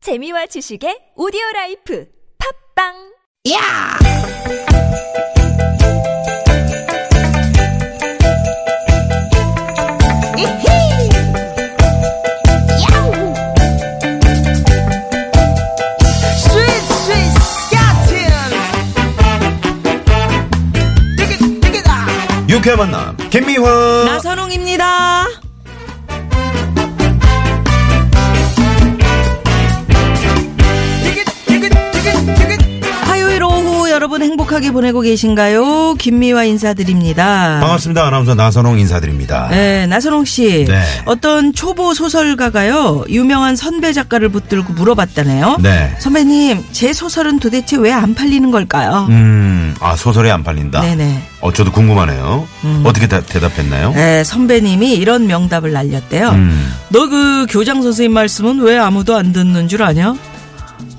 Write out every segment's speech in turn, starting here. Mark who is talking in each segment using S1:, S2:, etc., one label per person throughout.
S1: 재미와 지식의 오디오 라이프 팝빵!
S2: 야! 이히! 야우! 스윗 스윗 스카틴! 띠깃 띠깃아!
S3: 유쾌한 만남 김미화
S4: 나선홍입니다.
S2: 띠깃 띠깃 띠깃 띠깃!
S4: 화요일 오후 여러분 행복하게 보내고 계신가요? 김미화 인사드립니다.
S3: 반갑습니다 아나운서 나선홍 인사드립니다
S4: 네, 나선홍 씨.
S3: 네.
S4: 어떤 초보 소설가가요, 유명한 선배 작가를 붙들고 물어봤다네요.
S3: 네.
S4: 선배님, 제 소설은 도대체 왜 안 팔리는 걸까요?
S3: 음아 소설이 안 팔린다
S4: 네네. 음.
S3: 어 저도 궁금하네요 어떻게 다- 대답했나요
S4: 네, 선배님이 이런 명답을 날렸대요.
S3: 음.
S4: 너 그 교장 선생님 말씀은 왜 아무도 안 듣는 줄 아냐?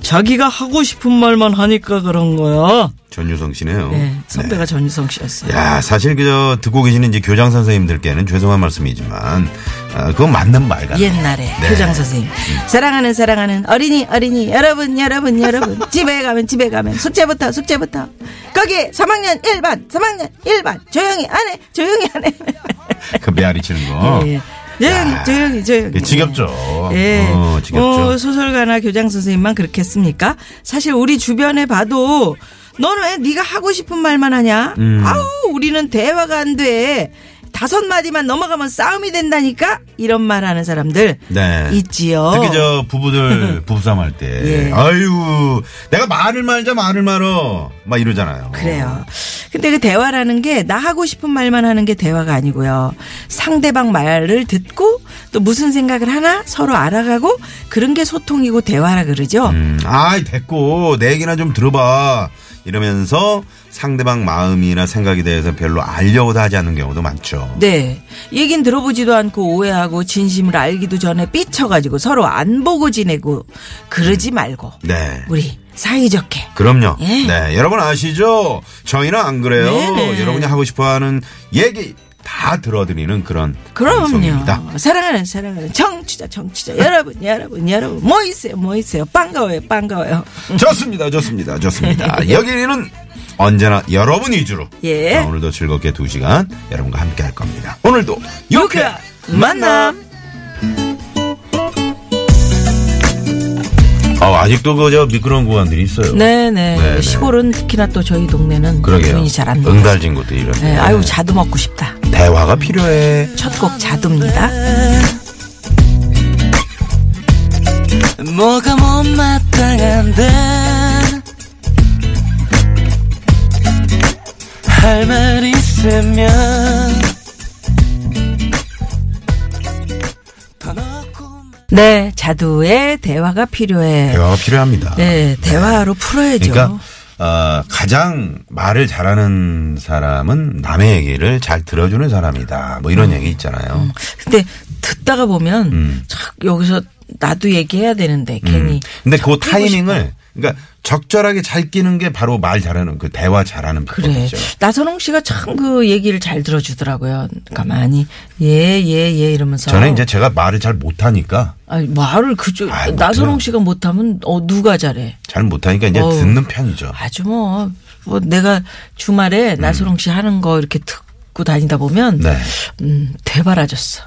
S4: 자기가 하고 싶은 말만 하니까 그런 거야.
S3: 전유성 어, 씨네요
S4: 네, 선배가 전유성 씨였어요.
S3: 네. 야 사실 그저 듣고 계시는 이제 교장 선생님들께는 죄송한 말씀이지만 아, 그건 맞는 말 같아요
S4: 옛날에 교장 선생님 사랑하는 사랑하는 어린이 어린이 여러분 여러분 여러분 집에 가면 집에 가면 숙제부터 숙제부터 거기 3학년 1반 3학년 1반 조용히 안 해 조용히 안 해
S3: 그 메아리 치는 거
S4: 예. 조용히
S3: 야.
S4: 조용히 조용히
S3: 그게 지겹죠
S4: 예.
S3: 어, 지겹죠
S4: 어, 소설가나 교장 선생님만 그렇게 했습니까? 사실 우리 주변에 봐도 너는 왜 네가 하고 싶은 말만 하냐?
S3: 음.
S4: 아우 우리는 대화가 안 돼. 다섯 마디만 넘어가면 싸움이 된다니까 이런 말하는 사람들
S3: 네.
S4: 있지요.
S3: 특히 저 부부들 부부싸움 할 때
S4: 어. 예.
S3: 아유 내가 말을 말자 말을 말어 막 이러잖아요
S4: 그래요. 근데 그 대화라는 게 나 하고 싶은 말만 하는 게 대화가 아니고요. 상대방 말을 듣고 또 무슨 생각을 하나 서로 알아가고 그런 게 소통이고 대화라 그러죠.
S3: 음, 아이 됐고 내 얘기나 좀 들어봐 이러면서 상대방 마음이나 생각에 대해서 별로 알려고도 하지 않는 경우도 많죠.
S4: 네. 얘긴 들어보지도 않고 오해하고 진심을 알기도 전에 삐쳐가지고 서로 안 보고 지내고 그러지 말고
S3: 네.
S4: 우리 사이좋게
S3: 그럼요.
S4: 예.
S3: 네, 여러분 아시죠? 저희는 안 그래요.
S4: 네네.
S3: 여러분이 하고 싶어하는 얘기 다 들어드리는 그런 방송입니다.
S4: 그럼요. 사랑하는 사랑하는 청취자 청취자 여러분 여러분 여러분 뭐 있어요 뭐 있어요 반가워요 반가워요.
S3: 좋습니다, 좋습니다, 좋습니다. 여기는 언제나 여러분 위주로
S4: 예.
S3: 자, 오늘도 즐겁게 두 시간 여러분과 함께할 겁니다. 오늘도
S4: 이렇게
S3: 이렇게
S4: 만남.
S3: 아, 아직도 그저 미끄러운 구간들이 있어요.
S4: 네네.
S3: 네네.
S4: 시골은 특히나 또 저희 동네는
S3: 그러게요.
S4: 주민이 잘안 나요.
S3: 응달진 곳도 이런.
S4: 네, 아유 자두 먹고 싶다.
S3: 대화가 필요해.
S4: 첫 곡 자두입니다.
S2: 뭐가 못마땅한데 할 말 있으면 더 넣고
S4: 네, 자두의 대화가 필요해.
S3: 대화가 필요합니다.
S4: 네, 대화로 풀어야죠.
S3: 그러니까 어, 가장 말을 잘하는 사람은 남의 얘기를 잘 들어주는 사람이다. 뭐
S4: 음.
S3: 이런 얘기 있잖아요.
S4: 근데 듣다가 보면
S3: 음.
S4: 참 여기서 나도 얘기해야 되는데 괜히.
S3: 근데 그
S4: 끼고
S3: 타이밍을 그러니까 적절하게 잘 끼는 게 바로 말 잘하는 그 대화 잘하는
S4: 그래. 어.
S3: 방법이죠.
S4: 나선홍 씨가 참 그 얘기를 잘 들어주더라고요. 그러니까 많이 예 예 예 이러면서.
S3: 저는 이제 제가 말을 잘 못하니까
S4: 아니, 말을 그저
S3: 아이, 뭐 못해요.
S4: 나선홍 씨가 못하면 어 누가 잘해?
S3: 잘 못하니까 이제
S4: 어우.
S3: 듣는 편이죠.
S4: 아주 뭐, 뭐 내가 주말에 나선홍 씨 하는 거 이렇게 듣고 다니다 보면
S3: 음. 네.
S4: 음 대바라졌어.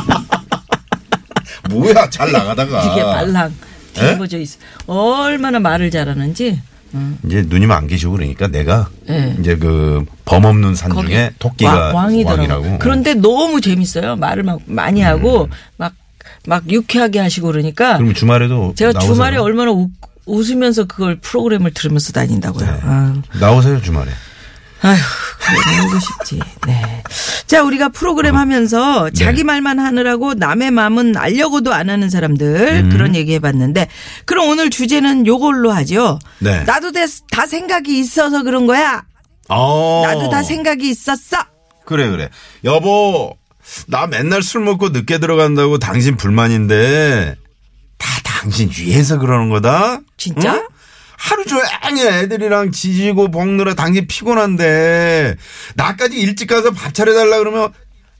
S3: 뭐야 잘 나가다가
S4: 이게 말랑
S3: 에?
S4: 뒤집어져 있어. 얼마나 말을 잘하는지. 음.
S3: 이제 누님 안 계시고 그러니까 내가
S4: 예.
S3: 이제 그 범없는 산 중에 토끼가
S4: 왕, 이더라고
S3: 왕이라고. 어. 음.
S4: 그런데 너무 재밌어요. 말을 막 많이 하고 막, 막 유쾌하게 하시고 그러니까
S3: 그럼 주말에도
S4: 제가
S3: 나오세요.
S4: 주말에 얼마나 웃, 웃으면서 그걸 프로그램을 들으면서 다닌다고요.
S3: 네.
S4: 아유,
S3: 나오세요 주말에.
S4: 아휴, 그래, 고 싶지. 네. 자, 우리가
S3: 어.
S4: 프로그램 하면서
S3: 네.
S4: 자기 말만 하느라고 남의 마음은 알려고도 안 하는
S3: 음.
S4: 사람들 그런 얘기 해봤는데 그럼 오늘 주제는 요걸로 하죠.
S3: 네.
S4: 나도 다, 다 생각이 있어서 그런 거야.
S3: 어.
S4: 나도 다 생각이 있었어.
S3: 그래 그래. 여보 나 맨날 술 먹고 늦게 들어간다고 당신 불만인데 다 당신 위해서 그러는 거다.
S4: 진짜?
S3: 응? 하루 종일 애들이랑 지지고 볶느라 당신 피곤한데 나까지 일찍 가서 밥 차려달라 그러면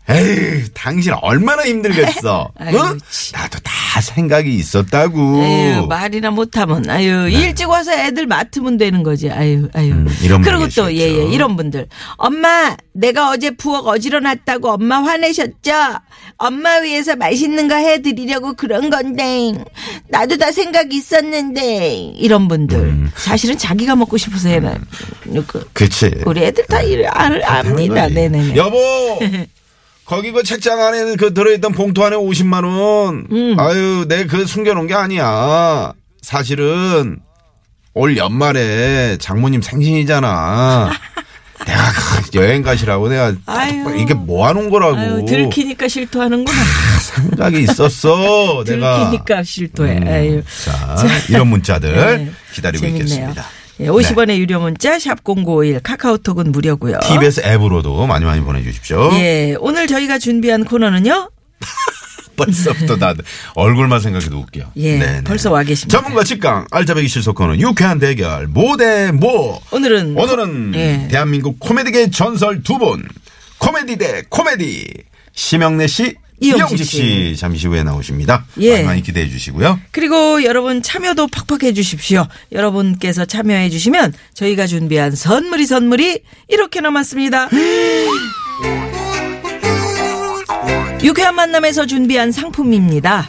S3: 에이, 당신 얼마나 힘들겠어.
S4: 아유,
S3: 응? 나도 다 생각이 있었다고.
S4: 아유, 말이나 못하면, 아유, 일찍 와서 애들 맡으면 되는 거지, 아유, 아유.
S3: 네. 음, 이런 분
S4: 그리고 또, 예, 예,
S3: 계시겠죠.
S4: 이런 분들. 엄마, 내가 어제 부엌 어지러놨다고 엄마 화내셨죠? 엄마 위해서 맛있는 거 해드리려고 그런 건데, 나도 다 생각이 있었는데, 이런 분들.
S3: 음.
S4: 사실은 자기가 먹고 싶어서 해놔. 그,
S3: 그치.
S4: 우리 애들
S3: 음.
S4: 다 일을 알, 압니다,
S3: 거지.
S4: 네네네.
S3: 아, 여보! 거기 그 책장 안에 그 들어있던 봉투 안에 50만원.
S4: 음.
S3: 아유, 내 그 숨겨놓은 게 아니야. 사실은 올 연말에 장모님 생신이잖아. 내가 그 여행 가시라고 내가
S4: 아유.
S3: 이게 모아놓은 거라고.
S4: 아유, 들키니까 실토하는구나.
S3: 생각이 있었어. 아, 내가. 음.
S4: 들키니까 실토해. 아유.
S3: 자, 이런 문자들
S4: 네.
S3: 기다리고
S4: 재밌네요.
S3: 있겠습니다. 네.
S4: 예, 50원의 유료 문자 샵 0951 카카오톡은 무료고요.
S3: TBS 앱으로도 많이 많이 보내주십시오.
S4: 예, 오늘 저희가 준비한 코너는요.
S3: 벌써부터 나 얼굴만 생각해도 웃겨. 네,
S4: 예, 벌써 와 계십니다.
S3: 전문가 직강 알짜배기 실속코는 유쾌한 대결 모대모.
S4: 오늘은
S3: 오늘은
S4: 예.
S3: 대한민국 코미디계 전설 두 분 코미디 대 코미디 심영래 씨,
S4: 이용식
S3: 이영식 씨 잠시 후에 나오십니다.
S4: 예.
S3: 많이 많이 기대해 주시고요.
S4: 그리고 여러분 참여도 팍팍해 주십시오. 여러분께서 참여해 주시면 저희가 준비한 선물이 선물이 이렇게 남았습니다.
S3: 음.
S4: 유쾌한 만남에서 준비한 상품입니다.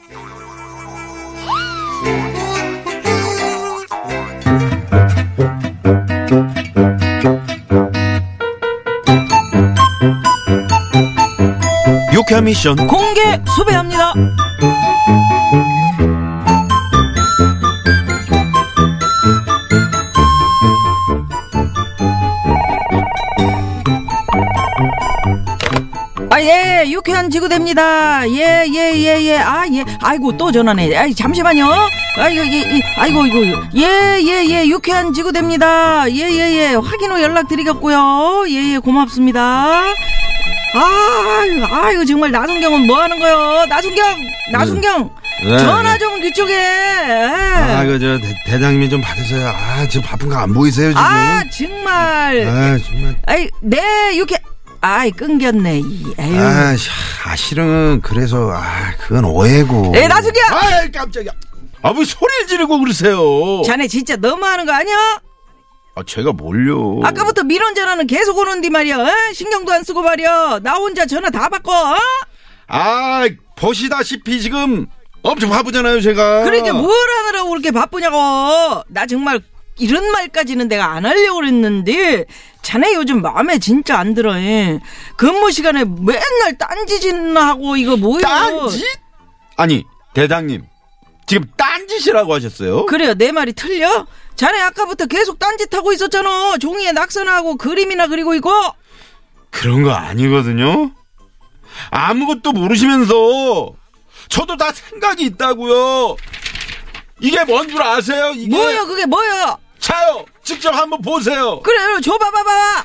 S3: 유쾌한 미션
S4: 공개 수배합니다 아, 예, 유쾌한 지구대입니다. 예, 예, 예, 예. 아, 예. 아이고, 또 전화네. 아이, 잠시만요. 아이고, 예, 예. 아이고, 이거. 예, 예, 예. 유쾌한 지구대입니다. 예, 예, 예. 확인 후 연락드리겠고요. 예, 예. 고맙습니다. 아, 아이고, 정말 나순경은 뭐 하는 거요? 나순경! 나순경!
S3: 네.
S4: 전화 좀 그쪽에!
S3: 아,
S4: 아,
S3: 이거 저 대- 대장님이 좀 받으세요. 아, 지금 바쁜 거 안 보이세요, 지금? 아,
S4: 정말.
S3: 정말.
S4: 아이, 네, 유쾌. 아이, 끊겼네. 이, 아유.
S3: 아, 씨, 아, 실은 그래서 아, 그건 오해고.
S4: 예, 나순경!
S3: 아, 깜짝이야. 아, 왜 소리를 지르고 그러세요?
S4: 자네 진짜 너무하는 거 아니야?
S3: 아, 제가 뭘요?
S4: 아까부터 미련 전화는 계속 오는디 말이야. 어? 신경도 안 쓰고 말이야. 나 혼자 전화 다 받고. 어?
S3: 아, 보시다시피 지금 엄청 바쁘잖아요, 제가.
S4: 그러니까 뭘 하느라고 그렇게 바쁘냐고. 나 정말 이런 말까지는 내가 안 하려고 그랬는데 자네 요즘 마음에 진짜 안 들어. 예. 근무 시간에 맨날 딴짓이나 하고 이거 뭐야.
S3: 딴짓? 아니, 대장님. 지금 딴짓이라고 하셨어요?
S4: 그래요. 내 말이 틀려? 자네 아까부터 계속 딴짓하고 있었잖아. 종이에 낙서나하고 그림이나 그리고 있고.
S3: 그런 거 아니거든요. 아무것도 모르시면서 저도 다 생각이 있다고요. 이게 뭔 줄 아세요? 이게
S4: 뭐야 그게 뭐야.
S3: 차요. 직접 한번 보세요.
S4: 그래요 줘봐봐봐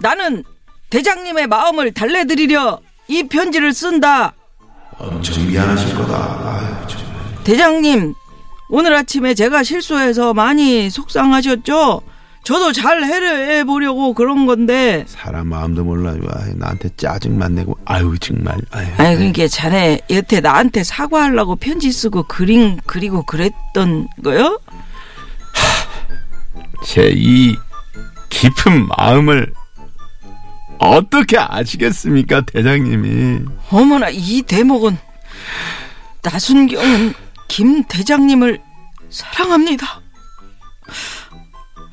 S4: 나는 대장님의 마음을 달래드리려 이 편지를 쓴다
S3: 엄청 미안하실 거다. 아,
S4: 대장님 오늘 아침에 제가 실수해서 많이 속상하셨죠 저도 잘 해결해 보려고 그런 건데.
S3: 사람 마음도 몰라. 와, 나한테 짜증만 내고 아유 정말. 아유.
S4: 아니 그러니까 자네 여태 나한테 사과하려고 편지 쓰고 그림 그리고 그랬던 거요?
S5: 제 이 깊은 마음을 어떻게 아시겠습니까, 대장님이?
S4: 어머나 이 대목은 나순경은 김 대장님을 사랑합니다.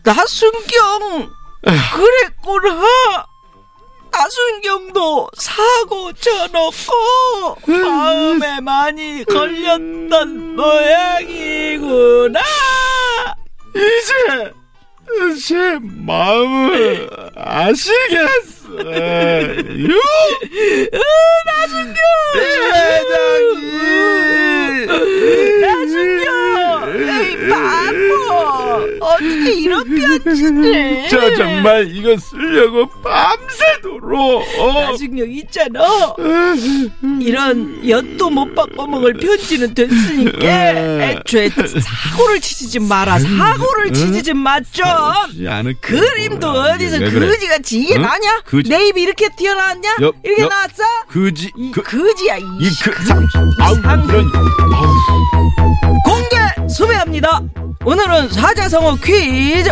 S4: 나순경 그랬구나. 나순경도 사고 쳐놓고 마음에 많이 걸렸던 모양이구나.
S5: 이제 제 마음을 네. 아시겠어요?
S4: 에이 바보 어떻게 이런 편지를?
S5: 저 정말 이거 쓰려고 밤새도록 어,
S4: 나중력 있잖아. 이런 엿도 못 바꿔 먹을 편지는 됐으니까
S5: 네.
S4: 애초에 사고를 치지 좀 마라. 사고를 치지 좀 마 좀.
S5: 않을
S4: 그림도
S5: 거야.
S4: 어디서
S5: 왜 그래?
S4: 그지같이 이게
S5: 응?
S4: 나냐?
S5: 그지.
S4: 내 입이 이렇게 튀어나왔냐?
S5: 여-
S4: 이렇게
S5: 여-
S4: 나왔어?
S5: 그지
S4: 이
S5: 그,
S4: 그지야 이
S5: 이 그 상, 아우
S4: 상-
S5: 그런
S4: 공개 수배합니다. 오늘은 사자성어 퀴즈.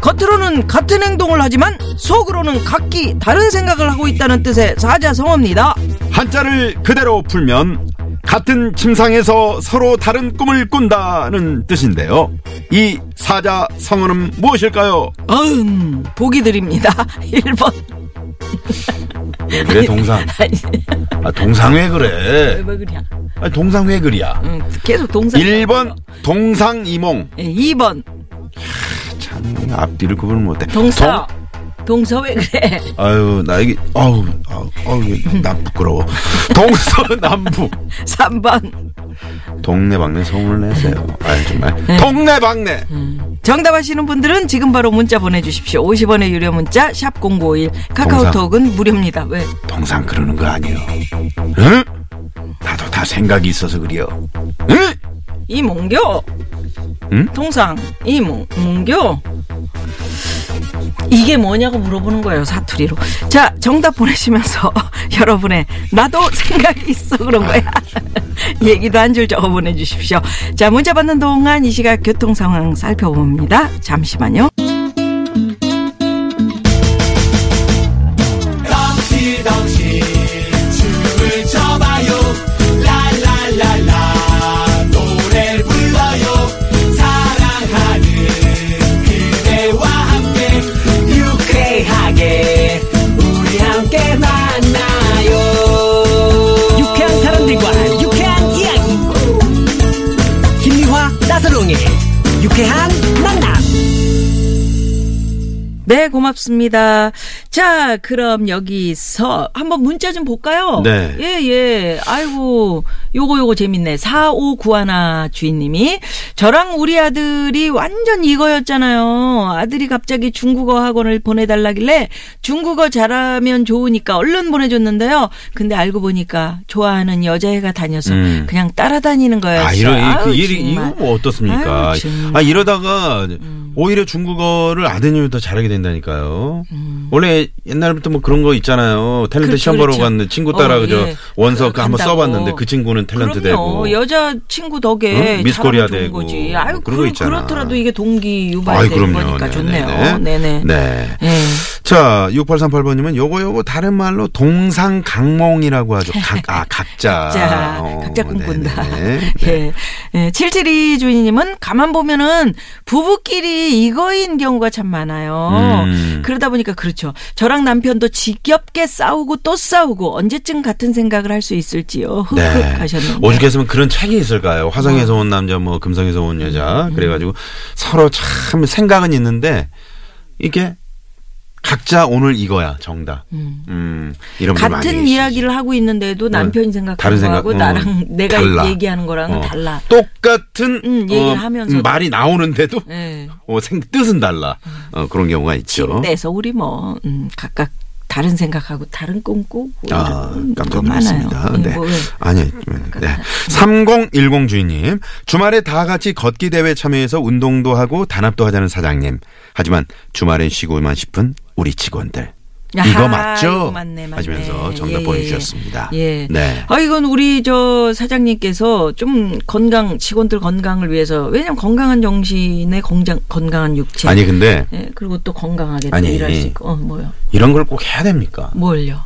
S4: 겉으로는 같은 행동을 하지만 속으로는 각기 다른 생각을 하고 있다는 뜻의 사자성어입니다.
S5: 한자를 그대로 풀면 같은 침상에서 서로 다른 꿈을 꾼다는 뜻인데요. 이 사자 성어는 무엇일까요?
S4: 어음, 보기 드립니다. 1번.
S5: 왜 예, 그래 동상? 아, 동상 왜 그래?
S4: 왜 그냥?
S5: 아, 동상 왜 그리야?
S4: 음, 계속 동사. 예,
S5: 1번 동상이몽
S4: 2번.
S3: 참 앞뒤를 구분을 못해.
S4: 동서. 동서 왜 그래?
S3: 아유 나 이게 아우 아우, 아우 이게 나 부끄러워.
S5: 동서남북
S4: 3번.
S3: 동네방네 소문을 내세요. 아 정말.
S5: 동네방네
S4: 정답 아시는 분들은 지금 바로 문자 보내주십시오. 50원의 유료 문자, 샵0951. 카카오톡은 무료입니다. 왜?
S5: 동상 그러는 거 아니에요. 응? 나도 다 생각이 있어서 그래요. 응?
S4: 이몽교.
S5: 응?
S4: 동상. 이몽교. 이게 뭐냐고 물어보는 거예요, 사투리로. 자, 정답 보내시면서 여러분의 나도 생각이 있어 그런 거야. 얘기도 한 줄 적어 보내주십시오. 자, 문자 받는 동안 이 시각 교통 상황 살펴봅니다. 잠시만요.
S6: 유쾌한 사람들과 유쾌한 이야기 김미화 나서롱의 유쾌한 만남
S4: 네, 고맙습니다. 자, 그럼 여기서 한번 문자 좀 볼까요?
S3: 네.
S4: 예, 예. 아이고, 요거, 요거 재밌네. 4591 주인님이 저랑 우리 아들이 완전 이거였잖아요. 아들이 갑자기 중국어 학원을 보내달라길래 중국어 잘하면 좋으니까 얼른 보내줬는데요. 근데 알고 보니까 좋아하는 여자애가 다녀서
S3: 음.
S4: 그냥 따라다니는 거였어요.
S3: 아 이런 그
S4: 네, 아유,
S3: 일이 이거
S4: 정말.
S3: 뭐 어떻습니까?
S4: 아유, 정말. 음.
S3: 아 이러다가 오히려 중국어를 아드님이 더 잘하게 된다니까요. 원래 옛날부터 뭐 그런 거 있잖아요. 탤런트
S4: 음. 그렇죠,
S3: 시험 보러
S4: 그렇죠.
S3: 갔는데 친구 따라
S4: 어,
S3: 그저
S4: 예.
S3: 원서 그 한번
S4: 간다고.
S3: 써봤는데 그 친구는 탤런트
S4: 그럼요.
S3: 되고.
S4: 여자 친구 덕에
S3: 응? 미스 코리아
S4: 잘하면 좋은
S3: 되고. 뭐
S4: 거지. 아유
S3: 그런
S4: 그런
S3: 거
S4: 그
S3: 있잖아.
S4: 그렇더라도 이게 동기
S3: 아이,
S4: 유발되는 거니까 좋네요. 네네.
S3: 네.
S4: 예.
S3: 자, 6838번님은 요거 요거 다른 말로 동상강몽이라고 하죠. 각, 아, 각자.
S4: 자,
S3: 어,
S4: 각자 꿈꾼다.
S3: 네네.
S4: 예. 예. 772 주인님은 가만 보면은 부부끼리 이거인 경우가 참 많아요.
S3: 음.
S4: 어, 그러다 보니까 그렇죠. 저랑 남편도 지겹게 싸우고 또 싸우고 언제쯤 같은 생각을 할 수 있을지요. 흑흑 하셨는데.
S3: 네. 오죽했으면 그런 책이
S4: 음.
S3: 있을까요? 화성에서 온 남자, 뭐 금성에서 온 여자. 그래가지고 서로 참 생각은 있는데 이게 각자 오늘 이거야 정답. 음, 이런 분 많이
S4: 같은
S3: 계시지. 어,
S4: 이야기를 하고 있는데도 남편이 생각하는
S3: 다른 생각,
S4: 거하고
S3: 어.
S4: 나랑 내가
S3: 달라.
S4: 얘기하는 거랑은
S3: 어.
S4: 달라.
S3: 똑같은 어,
S4: 음, 얘기를 하면서도.
S3: 말이 나오는데도
S4: 예. 음. 네.
S3: 어, 생 뜻은 달라. 어, 그런 경우가 있죠.
S4: 침대에서 우리 뭐 음, 각각 다른 생각하고 다른 꿈 꾸고 뭐
S3: 아,
S4: 이런
S3: 깜짝
S4: 거 많아요.
S3: 놀랐습니다.
S4: 예,
S3: 네.
S4: 뭐, 예.
S3: 아니, 네. 3010 주인님. 주말에 다 같이 걷기 대회 참여해서 운동도 하고 단합도 하자는 사장님. 하지만 주말엔 쉬고만 싶은 우리 직원들. 이거
S4: 아하,
S3: 맞죠?
S4: 이거 맞네, 맞네.
S3: 하시면서 정답
S4: 예, 예,
S3: 보내주셨습니다.
S4: 예.
S3: 네.
S4: 아 이건 우리 저 사장님께서 좀 건강 직원들 건강을 위해서 왜냐면 건강한 정신에 건강 건강한 육체.
S3: 아니, 근데
S4: 예, 그리고 또 건강하게 또
S3: 아니. 예.
S4: 일할 수 있고. 어, 뭐요?
S3: 이런 걸 꼭 해야 됩니까?
S4: 뭘요?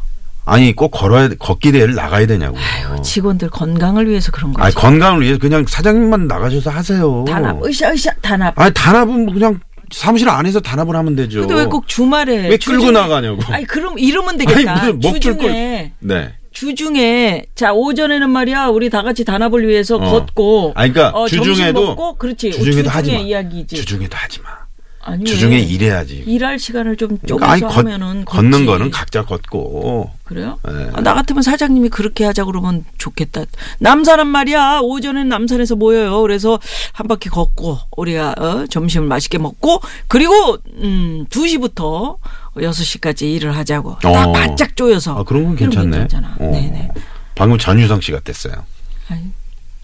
S3: 아니, 꼭 걸어야, 걷기 대회를 나가야 되냐고.
S4: 직원들 건강을 위해서 그런
S3: 어. 아니,
S4: 거지.
S3: 건강을 위해서 그냥 사장님만 나가셔서 하세요.
S4: 단합, 으쌰, 으쌰, 단합.
S3: 아니, 단합은 뭐 그냥 사무실 안에서 단합을 하면 되죠.
S4: 근데 왜 꼭 주말에
S3: 왜 끌고 나가냐고.
S4: 아니 그럼 이러면
S3: 아니,
S4: 되겠다.
S3: 무슨 목줄
S4: 주중에
S3: 끌. 네.
S4: 주중에 자 오전에는 말이야 우리 다 같이 단합을 위해서
S3: 어.
S4: 걷고.
S3: 아니, 그러니까
S4: 어, 점심
S3: 주중에도-
S4: 먹고 그렇지.
S3: 주중에도 하지 마.
S4: 이야기지.
S3: 주중에도 하지 마.
S4: 아니,
S3: 주중에
S4: 왜?
S3: 일해야지. 그러니까
S4: 일할 시간을 좀 쪼개서
S3: 아니, 걷,
S4: 하면은
S3: 걷는
S4: 걷지.
S3: 거는 각자 걷고.
S4: 그래요?
S3: 예.
S4: 아, 나 같으면 사장님이 그렇게 하자 그러면 좋겠다. 남산은 말이야 오전엔 남산에서 모여요. 그래서 한 바퀴 걷고 우리가 어, 점심을 맛있게 먹고 그리고 음 2시부터 6시까지 일을 하자고. 딱
S3: 어.
S4: 바짝 조여서.
S3: 아, 그런 건
S4: 그런 거
S3: 괜찮네.
S4: 괜찮잖아.
S3: 어.
S4: 네네.
S3: 방금 전유성 씨 같았어요.
S4: 아니,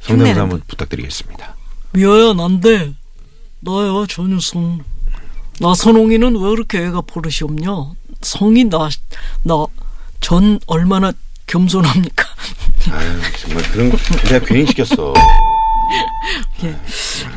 S3: 성대모사
S4: 흉내낸다.
S3: 한번 부탁드리겠습니다.
S7: 미안 안돼 나야 전유성 나선홍이는 왜 이렇게 애가 버릇이 없냐 성이 나 나 전 얼마나 겸손합니까
S3: 아유, 정말 그런 거 내가 괜히 시켰어.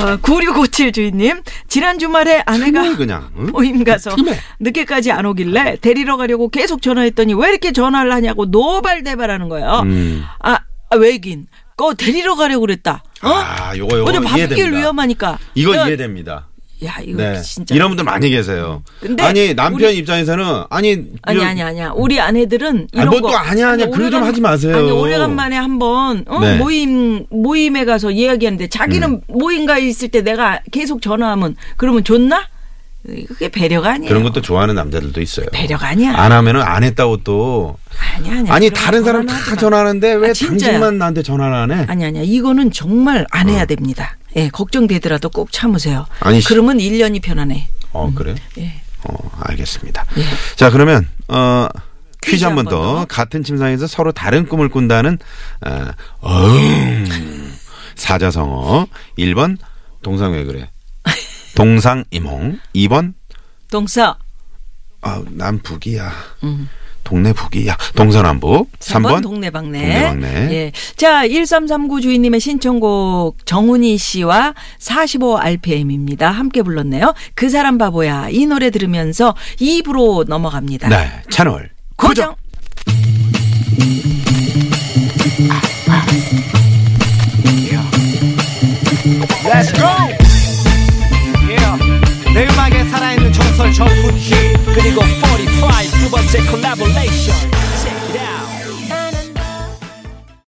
S4: 어, 9657 주인님 지난 주말에 아내가
S3: 정말 그냥. 응?
S4: 모임 가서 늦게까지 안 오길래 데리러 가려고 계속 전화했더니 왜 이렇게 전화를 하냐고 노발대발하는 거예요.
S3: 음.
S4: 아, 아, 왜긴? 거 데리러 가려고 그랬다. 어?
S3: 아, 요거 요거
S4: 어제 밤길
S3: 이해됩니다.
S4: 위험하니까.
S3: 이거
S4: 야,
S3: 이해됩니다.
S4: 야, 이거
S3: 네.
S4: 진짜.
S3: 이런 분들 많이 계세요.
S4: 근데
S3: 아니, 남편
S4: 우리-
S3: 입장에서는 아니
S4: 아니
S3: 이런-
S4: 아니 아니야. 우리 아내들은
S3: 아니,
S4: 이런
S3: 뭐또
S4: 거
S3: 아니야, 아니야. 그런 좀
S4: 오래간-
S3: 하지 마세요.
S4: 아니 오래간만에 한번 어?
S3: 네. 음.
S4: 모임 모임에 가서 이야기하는데 자기는 모임가에 있을 때 내가 계속 전화하면 그러면 좋나? 그게 배려가 아니에요.
S3: 그런 것도 좋아하는 남자들도 있어요.
S4: 배려가 아니야.
S3: 안 하면은 안 했다고 또
S4: 아니 아니.
S3: 아니 다른 사람 다 네, 전화하는데 왜
S4: 아, 진짜야.
S3: 당신만 나한테 전화를 안 해?
S4: 아니 아니야. 이거는 정말 안 해야 됩니다. 예, 걱정되더라도 꼭 참으세요.
S3: 어. 아니, 시-
S4: 그러면 1년이 편안해.
S3: 어 그래?
S4: 예.
S3: 어 알겠습니다. 자 그러면 어 예. 퀴즈, 한 번 더. 같은 침상에서 서로 다른 꿈을 꾼다는 어, 어음. 사자성어 1번 동상 왜 그래? 동상이몽 2번
S4: 동서.
S3: 아 남북이야. 동네 북이야. 동서남북 음. 3번,
S4: 동네방네.
S3: 동네방네.
S4: 예. 자, 1339 주인님의 신청곡 정훈이 씨와 45RPM입니다. 함께 불렀네요. 그 사람 바보야. 이 노래 들으면서 2부로 넘어갑니다.
S3: 네 채널
S4: 고정.